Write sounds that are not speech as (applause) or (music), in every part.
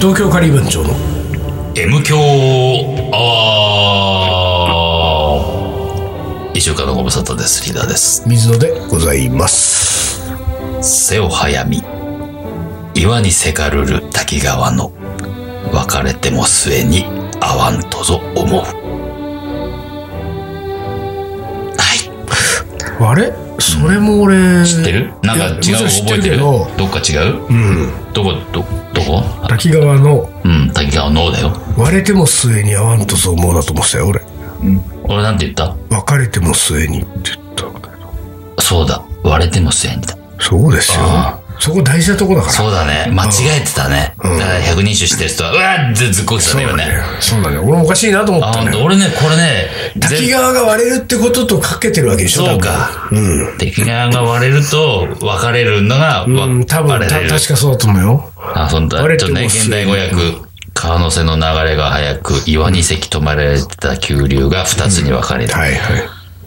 東京カリー番長の M 強アワー一週間のご無沙汰です。リーダーです。水野でございます瀬を早み。岩にせかるる滝川の。別れても末に会わんとぞ思う。はい。あれそれも俺知ってるなんか違いうや水野知って覚えるてけるどどっか違ううんどこ、ど、どこ滝川のうん、滝川のだよ。割れても末に会わんとそう思うなと思ってたよ俺俺なんて言った別れても末にって言ったんだけどそうだ。割れても末にだ。そうですよあそこ大事なとこだからそうだね。間違えてたね。だから100人種してる人は、うわーってずっこけたそね、う今だね。ねそうだね俺もおかしいなと思っあ、たほんねと、俺ね、これね、滝全川が割れるってこととかけてるわけでしょそうか。多分敵側が割れると、別れるのが、うん、うん、多分割たれ確る。かそうだと思うよあ、そんだ。ち割れてょっとね、も現代語訳、川の瀬の流れが速く、岩にせき止まれてた急流が二つに分かれる。はいはい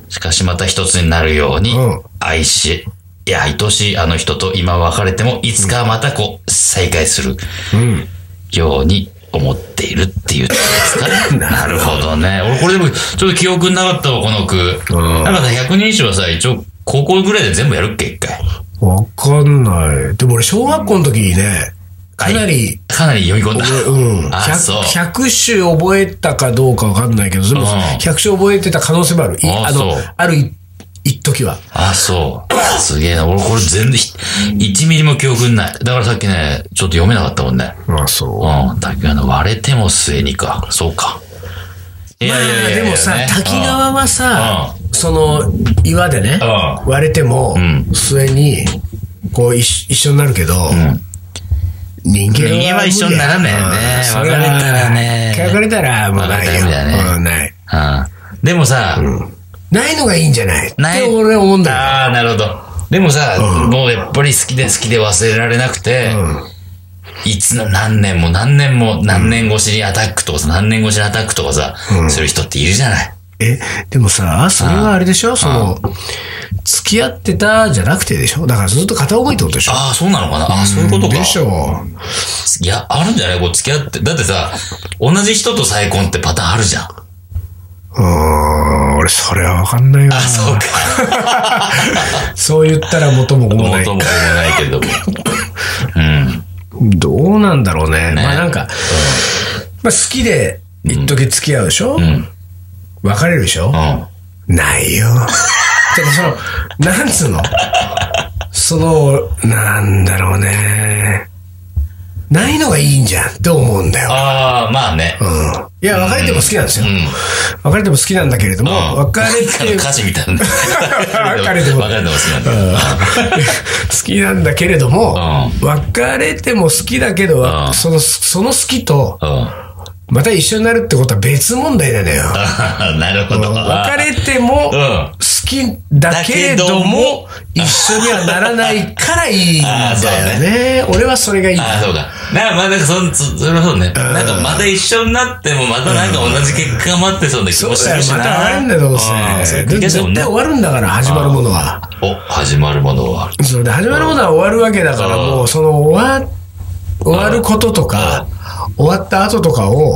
しかしまた一つになるようにうん、愛し、いや、愛しいあの人と今別れても、いつかまたこう、再会するうんように思っているっていうところですか (laughs) ね。なるほどね。俺、これでも、ちょっと記憶になかったわ、この句。うんなんかさ、百人一首はさ、一応、高校ぐらいで全部やるっけ、一回。わかんない。でも俺、小学校の時にね、かなり、かなり読み込んだ。うん、あ、そう。 100, 100種覚えたかどうかわかんないけど、でもうん100種覚えてた可能性もある。いああのそう、ある一一時は。あ、そう。すげえな。俺、これ全然、1ミリも記憶にない。だからさっきね、ちょっと読めなかったもんね。まあそう。うん。滝川の割れても末にか。そうか。いまやいあやいやいやでもさ、滝川はさう、その岩でねう、割れてもん、末に、こう一一緒になるけど、人間は無理だ。人間は一緒にならないよねうんそれは別れたらね別れたらもうないよ。別れたら無理だねうんない。うん。でもさ、ないのがいいんじゃないってない俺は思うんだよ。ああ、なるほど。でもさ、もうやっぱり好きで好きで忘れられなくて、いつの何年も何年も何年越しにアタックとかさ、何年越しにアタックとかさ、する人っているじゃない。え、でもさ、それはあれでしょその、付き合ってたじゃなくてでしょだからずっと片思いってことでしょああ、そうなのかなああ、そういうことか。でしょいや、あるんじゃないこう付き合って。だってさ、同じ人と再婚ってパターンあるじゃん。うーん、俺それはわかんないわ。あ、 (laughs) そうか。そう言ったら元も子もない元。も子もないけ (laughs) ども。うん。どうなんだろうね。まあなんか、うまあ好きで一時付き合うでしょ、ん。うん。別れるでしょ、うん。ない (laughs) よ。てかその、なんつうのその、なんだろうね。ないのがいいんじゃんって思うんだよ。ああ、まあね。うん。いや、別れても好きなんですよ。う別れても好きなんだけれども、ん。 (laughs) 別れあのて、歌詞みたいなね。別れても別れても好きなんだよ。好きなんだけれども、別れても好きだけど、うんその、その好きと、うん。また一緒になるってことは別問題なのよ。あ (laughs) ーなるほど。別れても、うん。好きだけれども、一緒にはならないからいいんあーそうだだよ (laughs) ね。俺はそれがいい。ああ、そうか。なまあ、なんかそん、そ、それはそうね。なんか、また一緒になっても、またなんか同じ結果が待ってそうな気そうもすだるよ、しな。また終わるんだよ、どうあーそういせ。う気がでするもん絶ね対終わるんだから、始まるものは。お、始まるものは。そうで始まるものは終わるわけだからうんもうその終わ終わることとか終わった後とかを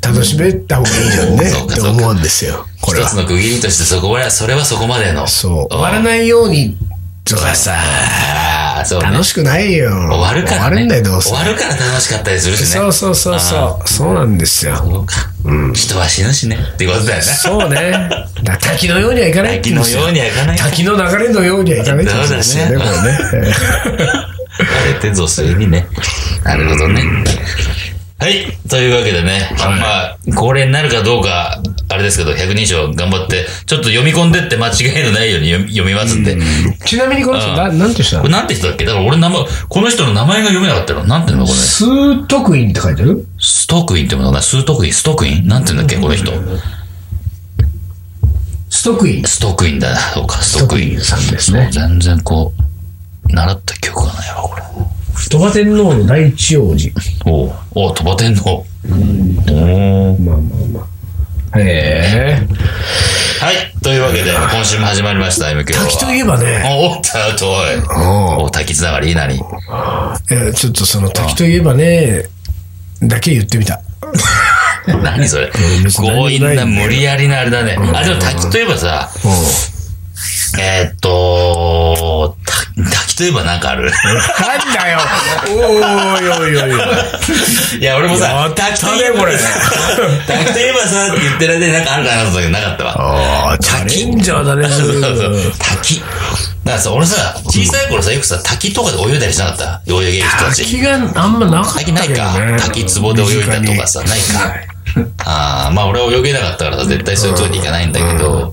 楽しめた方がいいじゃんねそうかってそうか思うんですよこれ一はつの区切りとして、そこは、それはそこまでの。そう終わらないようにとかさああ、そうね。楽しくないよ終わるから、ね。終わるんだよどうせ終わるから楽しかったりするしね。そうそうそうそうそうなんですよそうか。人は死ぬしね。っていうことだよね。そうねだから滝のようにはいかないって滝言うんですのよようにはいかない。滝の流れのようにはいかないって言うんですよねそうこだれね割れてぞ、するにね。なるほどね。はい。というわけでね、まあ、恒例になるかどうか、あれですけど、百人称頑張って、ちょっと読み込んでって間違いのないように読み読みますんで。ちなみにこの人ななんて人なこのれなんて人だっけだから俺名前、この人の名前が読めなかったの。なんていうのこれ。スートクインって書いてるストークインってものかなスートークインストークインなんていうんだっけこの人。ストクインストークインだな。そうか、ストークイン。さんですね全然こう、習った記憶がないわ、これ。鳥羽天皇の第一王子。おうおう、鳥羽天皇。おーまあまあまあ。へえ。はい、というわわけで、今週も始まりました、MQ は。滝といえばね、お、おった、おっと、おい。おうお、滝つなが (laughs) り、何いやちょっとその滝といえばね、だけ言ってみた。何それ別。に強何引もないんだよな、無理やりなあれだね。あ、でも滝といえばさ、えーっと、た滝といえばなんかあなる。んだよおーいおいおいおい。 (laughs) いや、俺もやさっ、たね滝といえばこれ (laughs) 滝といえばさ、って言ってる間になんかあるかなと思ったけど、なかったわ。ああ、チャレンジャーだね、そうそうそううん。滝。だからさ、俺さ、小さい頃さ、よくさ、滝とかで泳いだりしなかった泳いでる人たち。滝があんまなかったけど滝ないねか。。滝壺で泳いだとかさ、ないか。ああ、まあ俺は泳げなかったからさ、絶対そういうとこに行かないんだけど、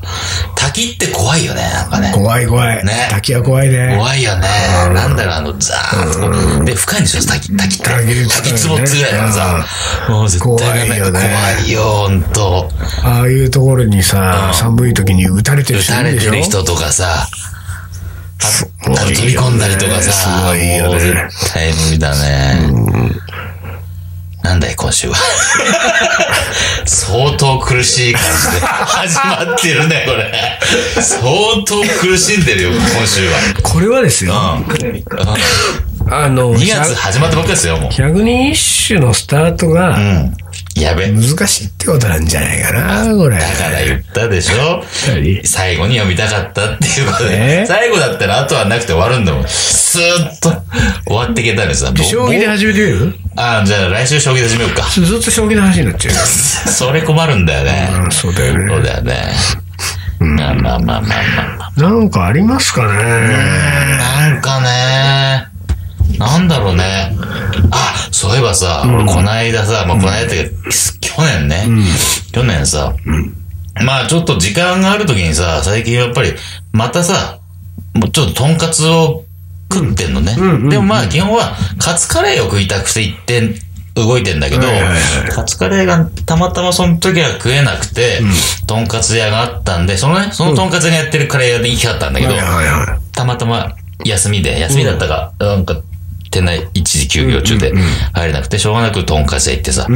滝って怖いよね、なんかね。怖い怖いね。滝は怖いね。怖いよね。なんだろう、あの、ザーッとこう。で、深いんでしょ、滝、滝って。限り深い滝ね壺っつぐらいのさ。もう絶対ダメ怖いよね怖いよ、ほんと。ああいうところにさ、寒い時に撃たれてる撃人いたるれでしてょる人とかさ。あごいよね飛び込んだりとかさ。すごいよねもう絶対無理だね。なんだい、今週は。相当苦しい感じで始まってるね、これ。相当苦しんでるよ、今週は。これはですよ。うん。2あの、月始まったばっかですよ、もう。百人一首のスタートうがん。やべ。難しいってことなんじゃないかな、これ。だから言ったでしょ何最後に読みたかったっていうことで。ね最後だったら後はなくて終わるんだもん。スーッと終わっていけたらさ。ど将棋で始めてみるああ、じゃあ来週将棋始め (laughs) ようか。ずっと将棋の話になっちゃそれ困るんだよう。うねん。そうだよそうね。だよね。まあまあまあまあまあまなあ。んかありますかね。なんかね、なんだろうね。あ、そういえばさ、俺こないださ、まあ、こないだって、去年ね、去年さ、まあちょっと時間があるときにさ、最近やっぱり、またさ、もうちょっととんかつを食ってんのね。でもまあ基本は、カツカレーを食いたくて行って、動いてんだけど、はいはいはカツカレーがたまたまその時は食えなくて、とんかつ屋があったんで、そのね、そのとんかつ屋がやってるカレー屋で行きたかったんだけど、はいはいはたまたま休みで、休みだったか、なんか、店内一時休業中で入れなくて、しょうがなくトンカツ屋行ってさ。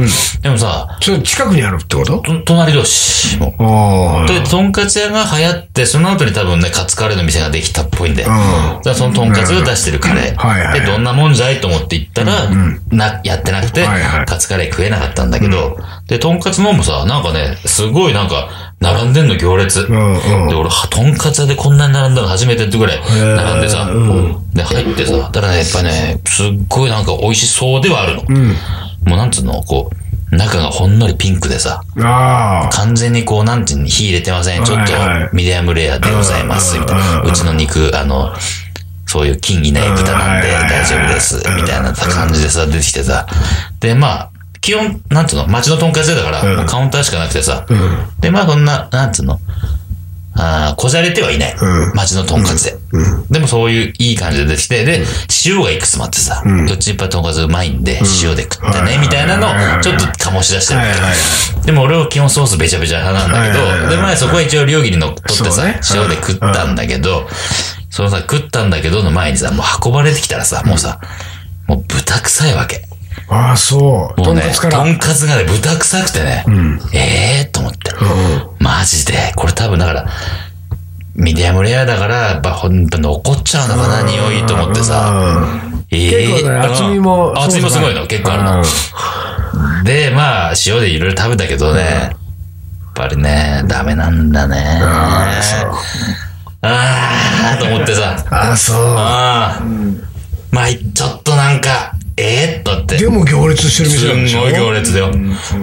でもさ、い。それ近くにあるってことと隣同士もう。ああ。で、とんかつ屋が流行って、その後に多分ね、カツカレーの店ができたっぽいんで。だからそのとんかつが出してるカレはいはいはー。いで、どんなもんじゃいと思って行ったら、な、やってなくてはいはい、カツカレー食えなかったんだけど、で、とんかつのもさ、なんかね、すごいなんか、並んでんの行列。うんうんで、俺、はとんかつ屋でこんなに並んだの初めてってぐらい並んでさ、で、入ってさ、ただね、やっぱね、すっごいなんか美味しそうではあるの。もうなんつうの、こう、中がほんのりピンクでさ、ああ。完全にこう、なんていうの、火入れてません。ちょっとはいはい、ミディアムレアでございます、みたいな。うちの肉、あの、そういう菌いない豚なんでうんはいはいはい大丈夫です、みたいな感じでさ、出てきてさ。で、まあ、基本、なんつうの、町のとんかつ屋だから、もうカウンターしかなくてさ。で、まあ、そんな、なんつうの、ああ、こじゃれてはいない。町のとんかつで。でもそういういい感じで出てきて、で、塩がいくつもあってさ、うちやっぱとんかつうまいんで、塩で食ってね、みたいなのを、ちょっと醸し出してるはいはいはい。でも俺は基本ソースべちゃべちゃ派なんだはいはいけはど、いで、まあそこは一応料理にのっとってそさうね、塩で食ったんだけど、そのさ、食ったんだけどの前にさ、もう運ばれてきたらさ、もうさ、もう豚臭いわけ。ああ、そう。もとうんねかつ、かとら。んかつがね、豚臭くてね、ええーと思って、マジで、これ多分だから、ミディアムレアだから、やっぱほんと残っちゃうのかな、匂いと思ってさ。ええ結構ね厚みうもん厚みもすごいの、結構あるの。で、まあ、塩でいろいろ食べたけどね、やっぱりね、ダメなんだね。ああーと思ってさ、ああ、そう。あー、まあ、ちょっとなんか、ええー、とって。でも行列してる店すなんんでしょごい行列だよ。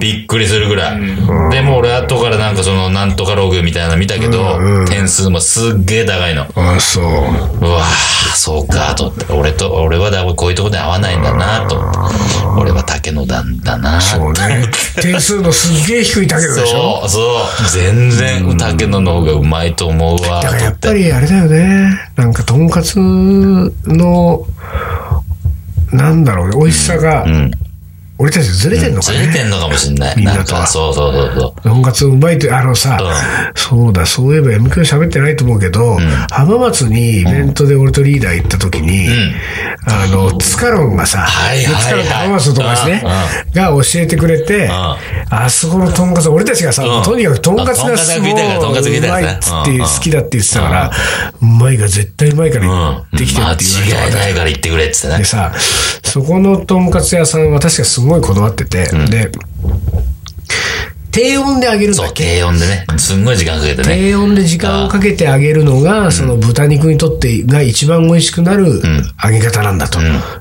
びっくりするぐらい。でも俺後からなんかそのなんとかログみたいなの見たけど、点数もすっげえ高いの。ああ、そう。うわぁ、そうかと思って。俺と、俺はだこういうとこで合わないんだなと思って。俺は竹野だんだなそそうね。点数のすっげえ低いだけどでしょう、そう。全然竹野の方がうまいと思うわだからやとっぱりあれだよね。なんかとんかつの、なんだろうね、美味しさがうん。俺たちずれてんのかずね。れてんのかもしんない。みんなとなんか、そうそうそうそう。婚活うまいって、あのさ、うそうだ、そういえば M 響喋ってないと思うけど、浜松にイベントで俺とリーダー行った時に、んあの、ツカロンがさ、はいはいはいツカロンって浜松の友達ね、が教えてくれて、んあそこのとんかつ、俺たちがさ、うんとにかくとんかつがすごい、あとんかつが食いたいからとんかつ食いうたいかまいらねっつって、うんうん好きだって言ってたから、うまいが絶対うまいから行うん。ってきてって言われて間違いないから言ってくれって言っでてね。さ、そこのとんかつ屋さんは確かすごいこだわってて、で、低温で揚げるんだそっう、け低温でね。すんごい時間かけてね。低温で時間をかけて揚げるのが、その豚肉にとってが一番美味しくなる揚げ方なんだと。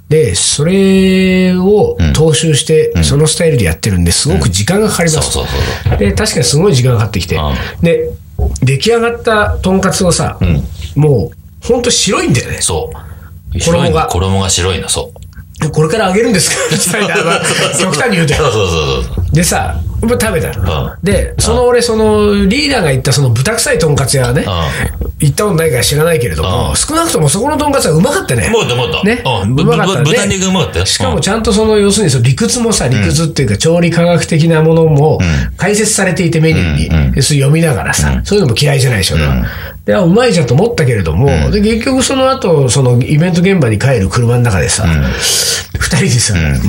で、それを踏襲して、そのスタイルでやってるんで、すごく時間がかかりそまうすそうそと。うそう。で、確かにすごい時間がかかってきてうん。で、出来上がったとんかつをさ、もう、ほんと白いんだよね。そう。衣が白いの衣が白いの、そう。でこれから揚げるんですかみたいな、まあ極端に言うとよそうそうそうそう。でさ、まあ食べたのうんで、その俺、そのリーダーが言ったその豚臭いとんかつ屋はね、行ったことないから知らないけれどうも、ん少なくともそこのとんかつはうまかったね。もっともっと。ねうん。うぶぶまかったねぶ豚肉うまかったよ。しかうもんちゃんとその、要するにその理屈もさ、理屈っていうか調理科学的なものも解説されていてメニューに、うんうんでそれ読みながらさ、そういうのも嫌いじゃないでしょ。俺はで、あうまいじゃんと思ったけれども、で、結局その後、そのイベント現場に帰る車の中でさ、二人でさ、うー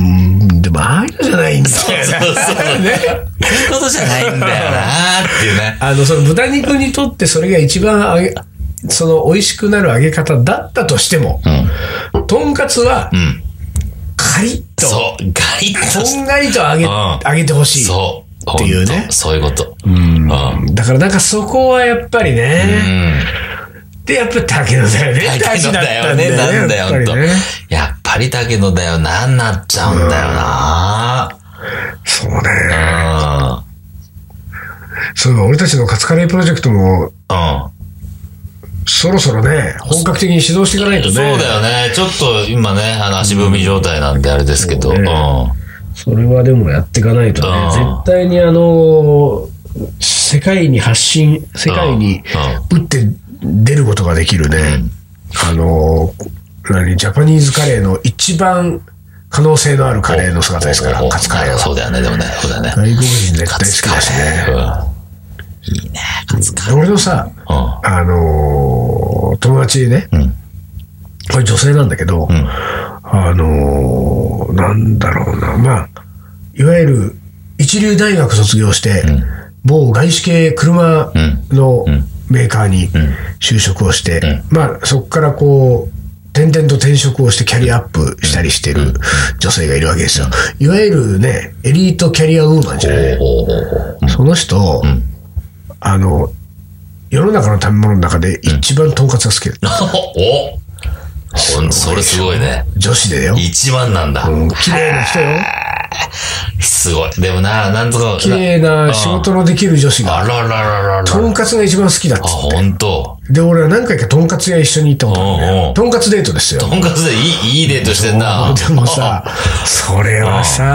ん、でもああいうのじゃないんだよなそうそう (laughs) ねそうそういうことじゃないんだよなーっていうね。あの、その豚肉にとってそれが一番揚げ、その美味しくなる揚げ方だったとしても、とんかつは、んカリッと、そう。ガリッとしこんがりと揚げ、うん揚げてほしい。そう。っていうねほんとそういうこと。うん。うん。だからなんかそこはやっぱりね、で、やっぱり竹野だよね。竹野だよね。大事なんだよ、ほんとやっぱりね。やっぱり竹野だよな、になっちゃうんだよなそうね。ー。うん。そういえば俺たちのカツカレープロジェクトも、うん。そろそろね、本格的に指導していかないとね。そうだよね。ちょっと今ね、あの足踏み状態なんであれですけど。ううんん。それはでもやっていかないとね、うん絶対にあの、世界に発信、世界に打って出ることができるね、あの、何、ジャパニーズカレーの一番可能性のあるカレーの姿ですからお、おカツカレーそうは。だよね、でもね。そうだよね。外国人絶対好カきツカだしレね。ー。うんいいね、カツカレー。俺のさ、うあの、友達ね、んこれ女性なんだけど、んあのーなんだろうな、まあ、いわゆる一流大学卒業して、某外資系車のメーカーに就職をして、まあ、そこからこう、転々と転職をしてキャリアアップしたりしてる女性がいるわけですよ。いわゆるね、エリートキャリアウーマンじゃない。おーおーおーその人、あの、世の中の食べ物の中で一番とんかつが好きだった。おほんそれすごいね。女子でよ。一番なんだ。うん綺麗な人よ。すごい。でもな、なんとか。綺麗な仕事のできる女子が、あらららららとんら。かつが一番好きだっつあ、ほんと。で、俺は何回かとんかつ屋一緒に行ったことあるんだおうおようとんかつデートですよ。とんかつでいい、いいデートしてんな。でもさ、それはさ、うん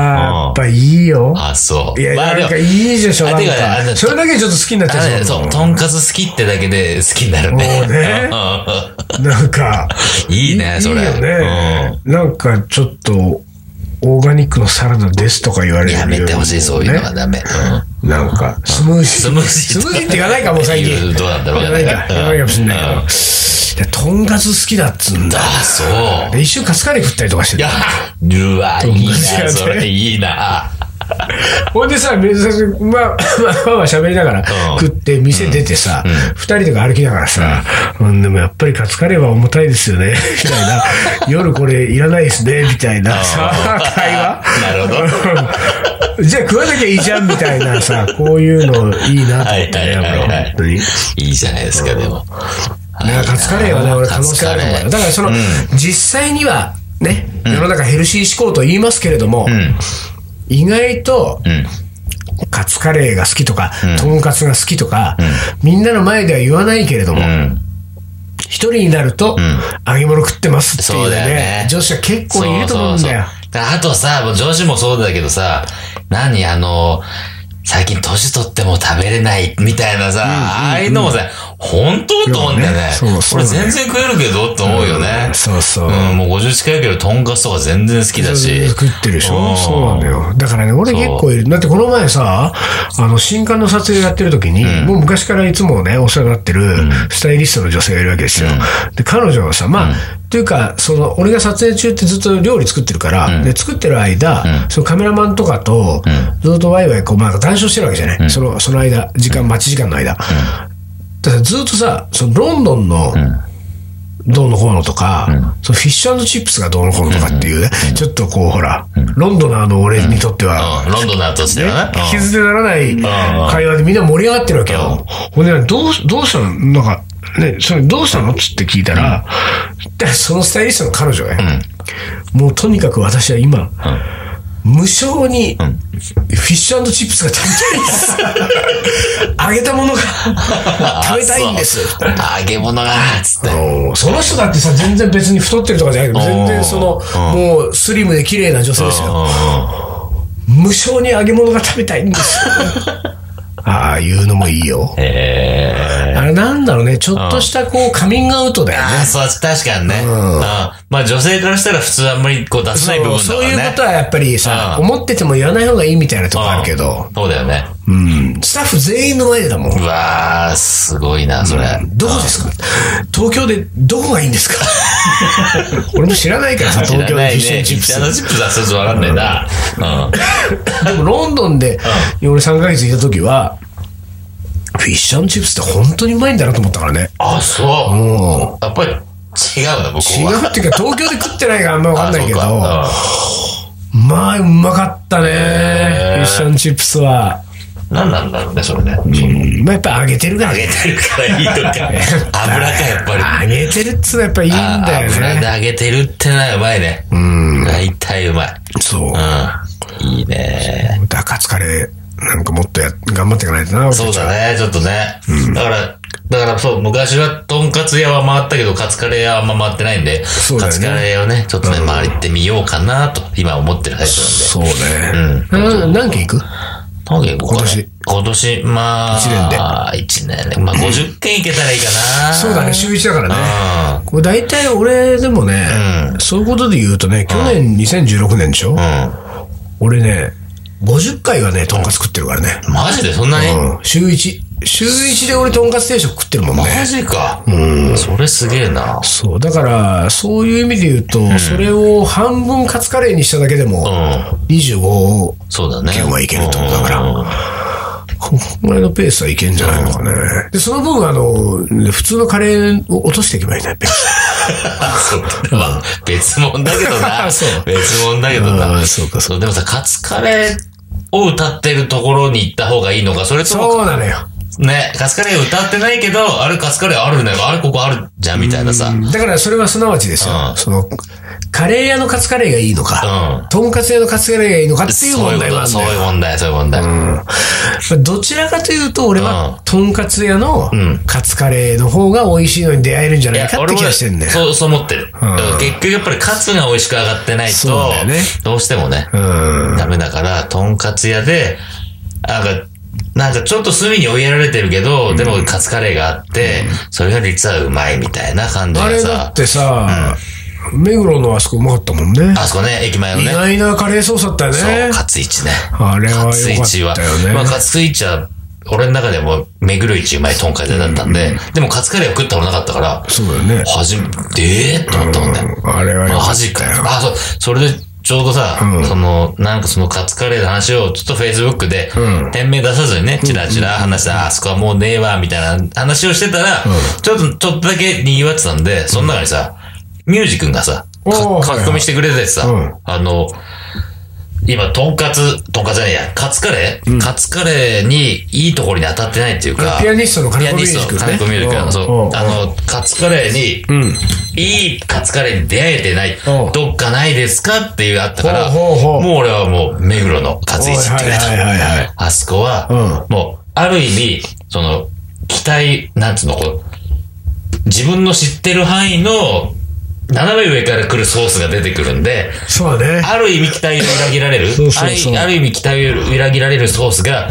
やっぱいいよ。 (laughs) あ、そう。いや、まあなでんもかいいでしょ、あなんてかねあか。のそれだけちょっと好きになっちあゃれうじゃんそう、とんかつ好きってだけで好きになるね。もうねなんか、うん (laughs) いいね、それ。いいよね。なんかちょっと、オーガニックのサラダですとか言わうんれるよやりもめてほしい、そういうのがねダメ。うんなんか、スムージー。スムージースムージーって言わないかも、最近。どうなんだろう言わないか。言わないかもしんないけど。うんいや、とんかつ好きだっつうんだ。あ、そう。で、一週カツカレー食ったりとかしていやた。、うわ、いいとんかつ屋な、でそれいいな。ほんでさ、珍しく、まあ、まあ、まあ、まあ、喋りながらうん食って、店出てさ、二、人で歩きながらさ、うん、でもやっぱりカツカレーは重たいですよね、 (laughs) みたいな。夜これいらないですね、みたいなさ、会話。なるほど。じゃあ食わなきゃいいじゃん、みたいなさ、こういうのいいなと思ったね、はいはいはいは俺本い当に。いいじゃないですか、でも。ね、カツカレーはね、俺可能性あると思うよ。だからその、実際には、ね、世の中ヘルシー志向と言いますけれども、意外と、カツカレーが好きとか、とんかつが好きとか、みんなの前では言わないけれども、うん。一人になると、揚げ物食ってますっていうそうだよねね、女子は結構いると思うんだよ。だからあとさ、もう女子もそうだけどさ、何あの、最近年取っても食べれないみたいなさ、ああいうのもさ、本当と思うんだよね。そうそう俺そうだ全ね然食えるけどと思うよね。そうそう。うん、もう50近いけど、とんかつとか全然好きだし。食ってるでしうょんそうなんだよ。だからね、俺そう結構いる。だってこの前さ、あの、新刊の撮影やってる時に、もう昔からいつもね、お世話になってる、スタイリストの女性がいるわけですよ。で、彼女はさ、まあ、というか、その、俺が撮影中ってずっと料理作ってるから、で、作ってる間、そのカメラマンとかと、ずっとワイワイ、こう、まあ、談笑してるわけじゃない。その、その間、時間、待ち時間の間。だからずっとさ、そのロンドンの、どうのこうのとか、そのフィッシュチップスがどうのこうのとかっていうね、ちょっとこうほら、ロンドナーの俺にとっては、うん、ロンドンだとしてはね。聞き捨てならない会話でみんな盛り上がってるわけよ。ほんで、どう、どうしたのなんか、ね、それどうしたのっつって聞いたら、でそのスタイリストの彼女がね、もうとにかく私は今、無償に、フィッシュチップスが食べたい (laughs) です。揚げたものが食べたいんです。そう。揚げ物が、つって。おーその人だってさ、全然別に太ってるとかじゃないけど、全然その、もうスリムで綺麗な女性ですよ。無償に揚げ物が食べたいんですよ。 (laughs) ああ、言うのもいいよ。えー。あれなんだろうね、ちょっとしたこう、カミングアウトだよね。ああ、そう、確かにね。うん。まあ女性からしたら普通あんまりこう出せない部分だかそうらね。いうことはやっぱりさ、うん思ってても言わない方がいいみたいなとこあるけど、そうだよね。うんスタッフ全員の前でだもん。うわー、すごいな、それ。どこですか東京でどこがいいん (laughs) ですか俺も知らないからさ、東京でフィッシュチップスあ。のチップスはちょっとわかんないな。うん。でもロンドンで、俺3ヶ月いた時は、フィッシュチップスって本当にうまいんだなと思ったからね。あ、そう。もやっぱり違うんだ、僕う、違は。うっていうか、東京で食ってないからあんま分かんないけど、あそうかまあ、うまかったね。へフィッーシュチップスは。うん何なんだろうね、それね。まあ、やっぱ揚げてるからね。揚げてるからいいと (laughs) か。油か、やっぱり。揚げてるっつうのはやっぱいいんあだよ油でね。揚げてるってのはうまいね。うん。大体うまい。そう。うん。いいね。ダカツカレー、なんかもっとや、頑張っていかないとな。そうだね、ちょっとね。だから、だからそう、昔はとんかつ屋は回ったけど、カツカレー屋はあんま回ってないんで、うだよねカツカレーをね、ちょっとね、回ってみようかなと、今思ってるタイプそうね。な何件行くなんで。今今年。今年、まあ、一年で一年で。まあ、50件いけたらいいかな。そうだね、週1だからね。うん。これ大体俺でもね、そういうことで言うとね、去年2016年でしょ、う俺ね、50回はね、とんかつ食ってるからね。ん。マジでそんなに、うん、週1。週1で俺とんかつ定食食ってるもんね。マジか。うん。それすげえな。そう、だから、そういう意味で言うと、それを半分カツカレーにしただけでうも、ん。 25そうだね。件はいけると思うだからうんここぐらいのペースはいけんじゃないのかね。で、その分、あの、普通のカレーを落としていけばいいね。ペースそう (laughs) まあ、別物だけど (laughs) な。そう別物だけどあな。ーそうかそう。でもさ、カツカレーを歌ってるところに行った方がいいのか、それとも、そうなのよ。ね、カツカレー歌ってないけど、あれカツカレーあるね。あれここあるじゃん、みたいなさ。だからそれはすなわちですよ。うんその、カレー屋のカツカレーがいいのか、うんとんかつ屋のカツカレーがいいのかっていうそうい問うこ題はあと、るんそうだよいう問題、そういう問題。まあどちらかというと、俺は、とんかつ屋のカツカレーの方が美味しいのに出会えるんじゃいないやかっ俺ても気がしてんね。そう、そう思ってる。んだから結局やっぱりカツが美味しく上がってないとそうだよね、どうしてもね、うん。ダメだから、とんかつ屋で、なんか、なんかちょっと隅に追いやられてるけど、でもカツカレーがあって、それが実はうまいみたいな感じあでれださっ、てさ、目黒のあそこうまかったもんね。あそこね、駅前の意ね、外なカレーソースだったよそう、ね。カツイチね。あれは良かカっツイチはたよ、ね。まあカツイチは、俺の中でも、めぐる一うまいとんかつ屋だったんで、でもカツカレーを食ったことなかったから、そうだよね。初めて、えーって思ったもんね。あれは良かマっジかたよよ。。あ、そう、それで、ちょうどさ、その、なんかそのカツカレーの話を、ちょっとフェイスブックで、店名出さずにね、チラチラ話して、あ、あそこはもうねえわ、みたいな話をしてたら、ちょっと、ちょっとだけ賑わってたんで、その中にさ、ミュージ君がさ、かおー書き込みしてくれててさ、うんあの、今、とんかつ、とんかつじゃないや、カツカレー、カツカレーにいいところに当たってないっていうか、ピアニストのピ金ア子ミュニージスックト、ね。金子ミュージックの、うんそうう、んあの、カツカレーに、いいカツカレーに出会えてない、うんどっかないですかっていうあったから、ほうほうほうもう俺はもう、目黒のカツイチって言われたはいはいはいはいあそこは、もう、ある意味、その、期待、なんつうの、こう、自分の知ってる範囲の斜め上から来るソースが出てくるんで、そうだね。ある意味期待を裏切られるそうそうそうあるある意味期待を裏切られるソースが、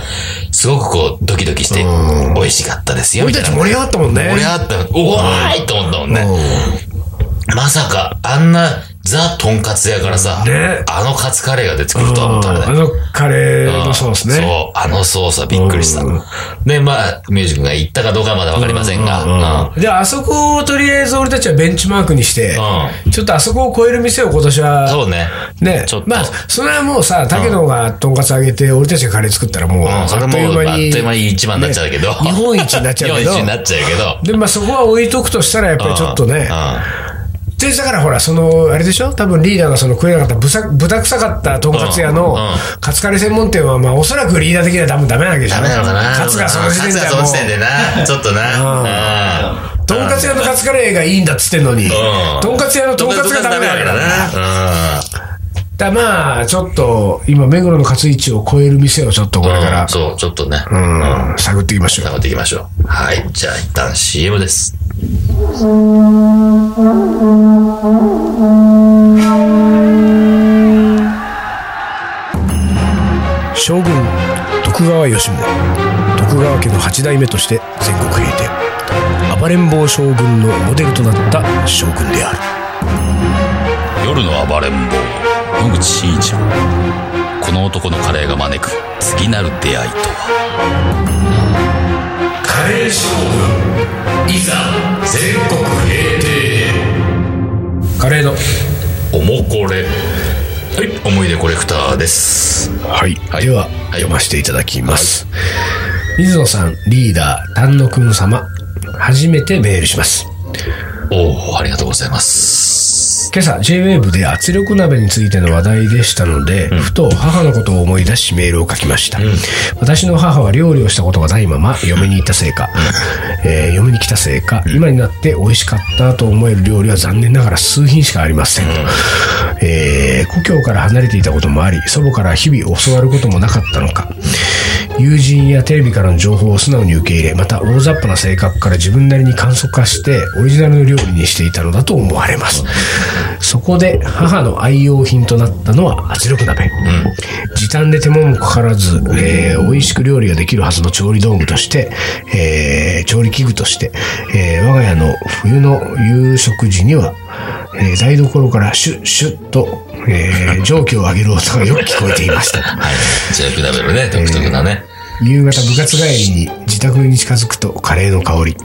すごくこう、ドキドキして、美味しかったですよ、み俺たたいなち。盛り上がったもんね。盛り上がったの。おーいと思ったもんね。まさか、あんな、ザ・とんかつ屋からさ、ねあのカツカレーが出てくるとはう思っんたらねあ。のカレーのソースね。そう、あのソースはびっくりした。で、まあ、ミュージックが行ったかどうかはまだわかりませんが、うんじゃあ、あそこをとりあえず俺たちはベンチマークにして、うちょっとあそこを超える店を今年は、そうね。ねちょっ、とまあ、それはもうさ、竹野がとんかつあげて、俺たちがカレー作ったらもう、うん、それもうあっという間に一番になっ (laughs) ちゃうけど。ね日本一になっちゃうけど (laughs) 日本一になっちゃうけど。で、まあそこは置いとくとしたら、やっぱりちょっとね、で、だからほら、その、あれでしょ多分リーダーがその食えなかった、ぶさ、豚臭かったとんかつ屋のうんうん、カツカレー専門店は、まあおそらくリーダー的には多分ダメなわけじゃダん。メなのかなカツがその時点でカツがはそもの時点でう、な。ちょっとな。うん。とんかつ屋のカツカレーがいいんだっつってんのに、んとんかつ屋のとんかつがダメだからな。な。だからまあ、ちょっと、今、目黒のカツイチを超える店をちょっとこれかうん。うらん、そう、ちょっとね。うん、探っていきましょう。頑張っていきましょう。はい。じゃあ、一旦 CM です。将軍徳川慶喜徳川家の8代目として全国平定暴れん坊将軍のモデルとなった将軍である夜の暴れん坊、野口真一郎。この男のカレーが招く次なる出会いとはカレー将いざ、全国平定へ。軍カレーのおもこれ。はい。思い出コレクターです。はい、はいでは、い読ませていただきます、水野さんリーダー丹野くん様初めてメールしますおおありがとうございます。今朝 JWAVE で圧力鍋についての話題でしたので、ふと母のことを思い出しメールを書きました、私の母は料理をしたことがないまま嫁に行ったせいか、えー嫁に来たせいか、今になって美味しかったと思える料理は残念ながら数品しかありません、えー故郷から離れていたこともあり祖母から日々教わることもなかったのか友人やテレビからの情報を素直に受け入れまた大雑把な性格から自分なりに簡素化してオリジナルの料理にしていたのだと思われますそこで母の愛用品となったのは圧力鍋、時短で手間もかからず、えー美味しく料理ができるはずの調理道具として、えー調理器具として、えー我が家の冬の夕食時にはえー台所からシュッシュッと、えー蒸気を上げる音がよく聞こえていましたはい。じゃあ、比べるね、独特なね。夕方部活帰りに自宅に近づくとカレーの香り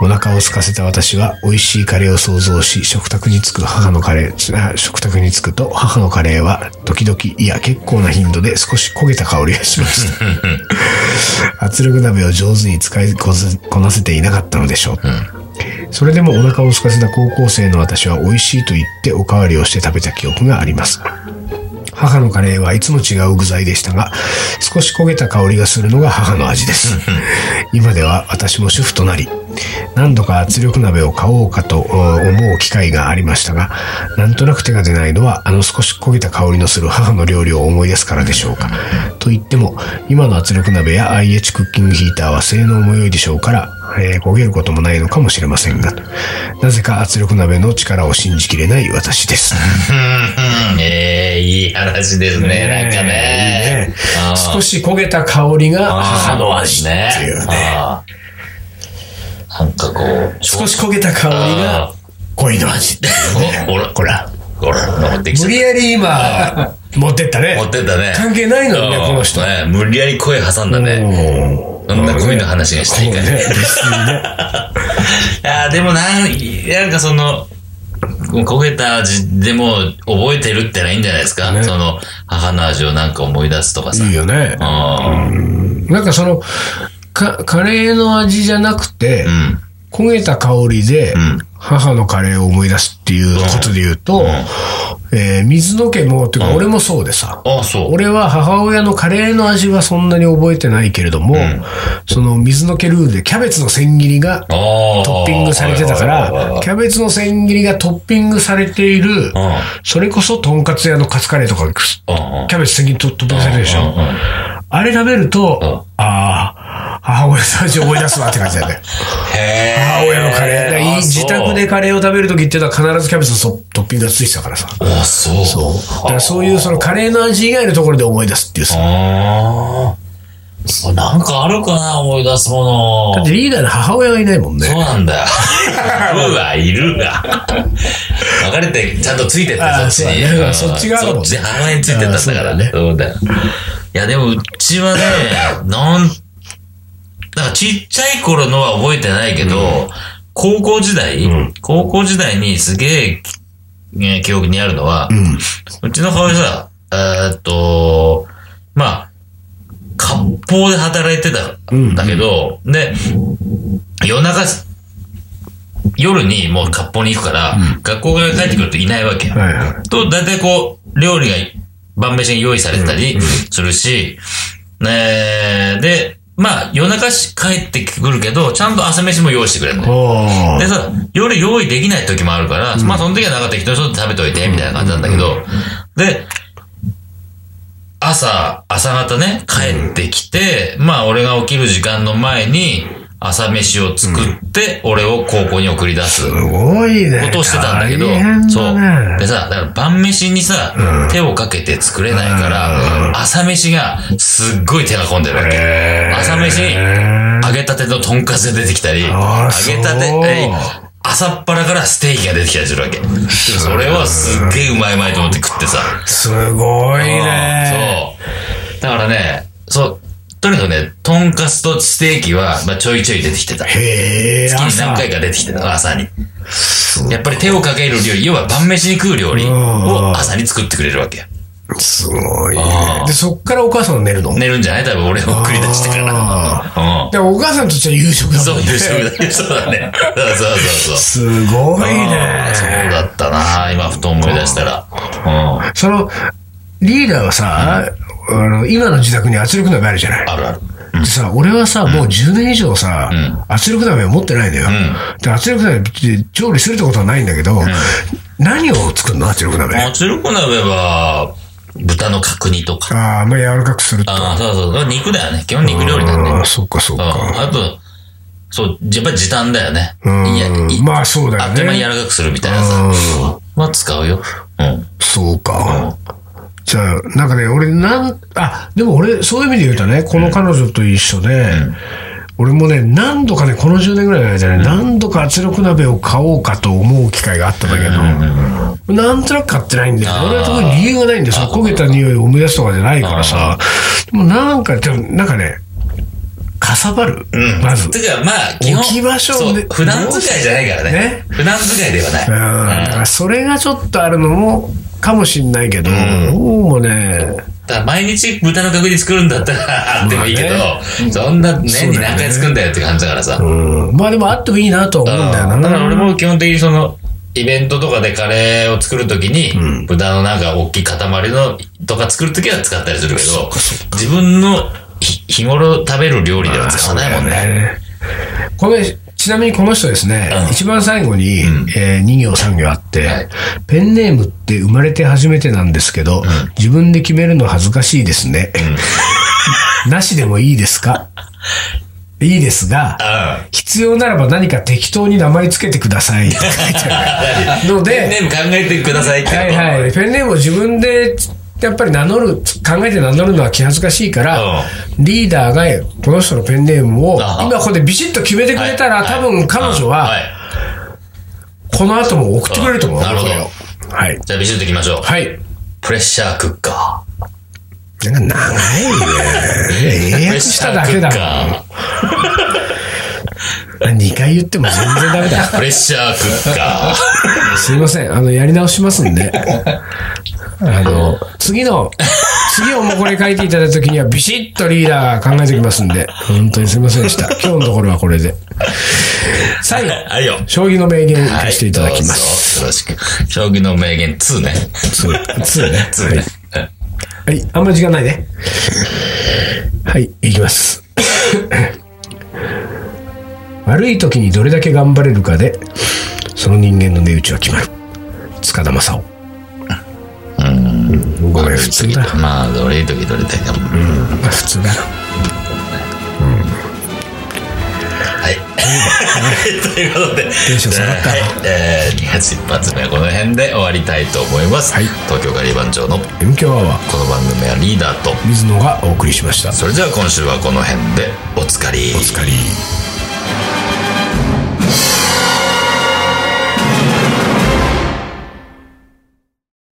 お腹を空かせた私は美味しいカレーを想像し食卓に着く母のカレーあ食卓に着くと母のカレーは時々いや結構な頻度で少し焦げた香りがしました圧力鍋を上手に使いこせこなせていなかったのでしょう、それでもお腹を空かせた高校生の私は美味しいと言っておかわりをして食べた記憶があります母のカレーはいつも違う具材でしたが、少し焦げた香りがするのが母の味です。今では私も主婦となり、何度か圧力鍋を買おうかとお思う機会がありましたが、なんとなく手が出ないのは、あの少し焦げた香りのする母の料理を思い出すからでしょうか。と言っても、今の圧力鍋や IH クッキングヒーターは性能も良いでしょうから、えー焦げることもないのかもしれませんが、なぜか圧力鍋の力を信じきれない私です。うん、ええいい話ですね、なんかね。いいね少し焦げた香りが母の味っていうね。あーなんかこう、少し焦げた香りがあ恋の味っていうね。ほら、ほら、ほら、持ってきちゃ無っ理やり今、 (laughs) 持ってったねた。。持ってったね。関係ないのにね、この人。うんね無理やり声挟んだね。もそんな恋の話がしていいうかね、ら。別にね。あーでもなん、なんかその、焦げた味でも覚えてるってのはいいんじゃないですか。ねその、母の味をなんか思い出すとかさ。いいよね。あーなんかその、かカレーの味じゃなくて、うん。焦げた香りで、ん母のカレーを思い出すっていうことで言うと、えー水野家も、ていうか俺もそうでさ、ああ、そう。俺は母親のカレーの味はそんなに覚えてないけれども、その水のけルールでキャベツの千切りがトトッッピングされてたかうんら、キャベツの千切りがトッピングされている、それこそとんかつ屋のカツカレーとか、うんキャベツ千切りトトッピングされてるでしうんうょん。あれ食べるうん (laughs) と、ああ、母親の味思い出すわって感じなんだよ。へー母親のカレーがいいあそう自宅でカレーを食べるときっていうのは必ずキャベツのソトッピングがついてたからさ。あ、そう。そう。だからそういうそのカレーの味以外のところで思い出すっていうさ。ああ。なんかあるかな、思い出すもの。だってリーダーの母親がいないもんねそう。な (laughs) んだよ。うわ、いるわ。別れて、ちゃんとついてった、あそーっちに。そうだねうんそっち側だもんねそっち、母親についてったんだからあーね。そうだよ。いや、でも、うちはね、 (laughs) なん、なんかちっちゃい頃のは覚えてないけど、高校時代、高校時代にすげえ、ね記憶にあるのは、うちの母親さ、えーっと、まあ、割烹で働いてたんだけど、で、夜中、夜にもう割烹に行くから、学校から帰ってくるといないわけよ。はいはと、大体こう、料理が、晩飯が用意されてたりするし、ねえで、まあ、夜中し帰ってくるけど、ちゃんと朝飯も用意してくれるのい。おでー。さ、夜用意できない時もあるから、まあその時はなんか適当にちょっと食べといて、みたいな感じなんだけど、で、朝、朝方ね、帰ってきて、まあ俺が起きる時間の前に、朝飯を作って、俺を高校に送り出す。すごいね。ことをしてたんだけど、大変そう。だでね。さ、だから晩飯にさ、手をかけて作れないから、朝飯がすっごい手が込んでるわけ。朝飯に揚げたてのとんかつが出てきたり、揚あーげたて、そうえー朝っぱらからステーキが出てきたりするわけ。でもそれはすっげえうまいうまいと思って食ってさ。すごいね。そう。だからね、そう、とにかくね、とんかつとステーキは、まあ、ちょいちょい出てきてた。へえ。月に何朝回か出てきてたの、朝に。やっぱり手をかける料理、要は晩飯に食う料理を朝に作ってくれるわけよ。すごいねあ。ーで、そっからお母さんが寝るの。寝るんじゃない多分俺を送り出してから。うん。で、お母さんとしては夕食だそうもんね。いう食だけそうだね。そうそうそうそう。すごいあーそうね。だったな今ふと思い出したら。うん。あその、リーダーはさ、あの、今の自宅に圧力鍋あるじゃない。るある。でさ、俺はさ、もう10年以上さ、圧力鍋を持ってないのよ。で、圧力鍋って調理するってことはないんだけど、何を作るの圧力鍋。あ圧力鍋は、豚の角煮とか。あー、まあ柔らかくすると。ああ、そうそうそう。肉だよね。基本肉料理だね。ああ、そっかそっうんか。あと、そう、やっぱり時短だよね。うんいや、いまあそうだよねあっという間に柔らかくするみたいなさ。は使うよ。うん。そうか。じゃあ、なんかね、俺、なん、あ、でも俺、そういう意味で言うとね、この彼女と一緒で、俺もね、何度かね、この10年ぐらいの間ね、何度か圧力鍋を買おうかと思う機会があったんだけど、なんとなく買ってないんだよね。俺は特に理由がないんで、その焦げた匂いを思い出すとかじゃないからさ、でもなんか、でもなんかね、かさばる、まず。てか、まあ、基本。置き場所そうね普段使いじゃないからね。ね普段使いではない。うんだからそれがちょっとあるのも、かもしんないけど、どうもね、だから毎日豚の角煮作るんだったらあってもいいけど、まそんな年に何回作るんだよって感じだからさ。うんまあでもあってもいいなとは思うんだよな。だから俺も基本的にその、イベントとかでカレーを作るときに、豚のなんか大きい塊のとか作るときは使ったりするけど、自分の日日頃食べる料理では使わないもんね。ね。このちなみにこの人ですね、一番最後に、え2行3行あって、はいペンネームって生まれて初めてなんですけど、自分で決めるの恥ずかしいですね。 (laughs) なしでもいいですかいいですが、うん。必要ならば何か適当に名前つけてくださいって書いてあるのペンでネ、ーム考えてくださいってこと。はいはい。ペンネームを自分で、やっぱり名乗る、考えて名乗るのは気恥ずかしいから、リーダーがこの人のペンネームを、あ今ここでビシッと決めてくれたら、はい多分彼女はいは、この後も送ってくれると思う。うんなるほどこれをはい。じゃあビシッといきましょう。はい。プレッシャークッカなん (laughs) か長いね。ー。英プレッ訳しシャたーだクけッ (laughs) だカー。 2回言っても全然ダメだ。プレッシャークッカすいません。あの、やり直しますんで。あの、次の、次をもうこれ書いていただいたときには、ビシッとリーダーが考えておきますんで、本当にすいませんでした。今日のところはこれで。最後、 (laughs) ー。はいよ。将棋の名言を行かせていただきます。す。よろしく。将棋の名言2ね。 2ね。 2ね。はい、あんまり時間ないね。はい、いきます。悪い時にどれだけ頑張れるかで、その人間の値打ちは決まる。塚田正夫。うん、ごめん、普通だ。まあ、どれいい時どれだけ。まあ、普通だな。はい。ということで、テンション下がったはいえー、2月一発目はこの辺で終わりたいと思います。はい東京ガリバン長のこ m k アワーの番組はリーダーと、水野がお送りしましたそれでは今週はこの辺でおつかり。お疲れ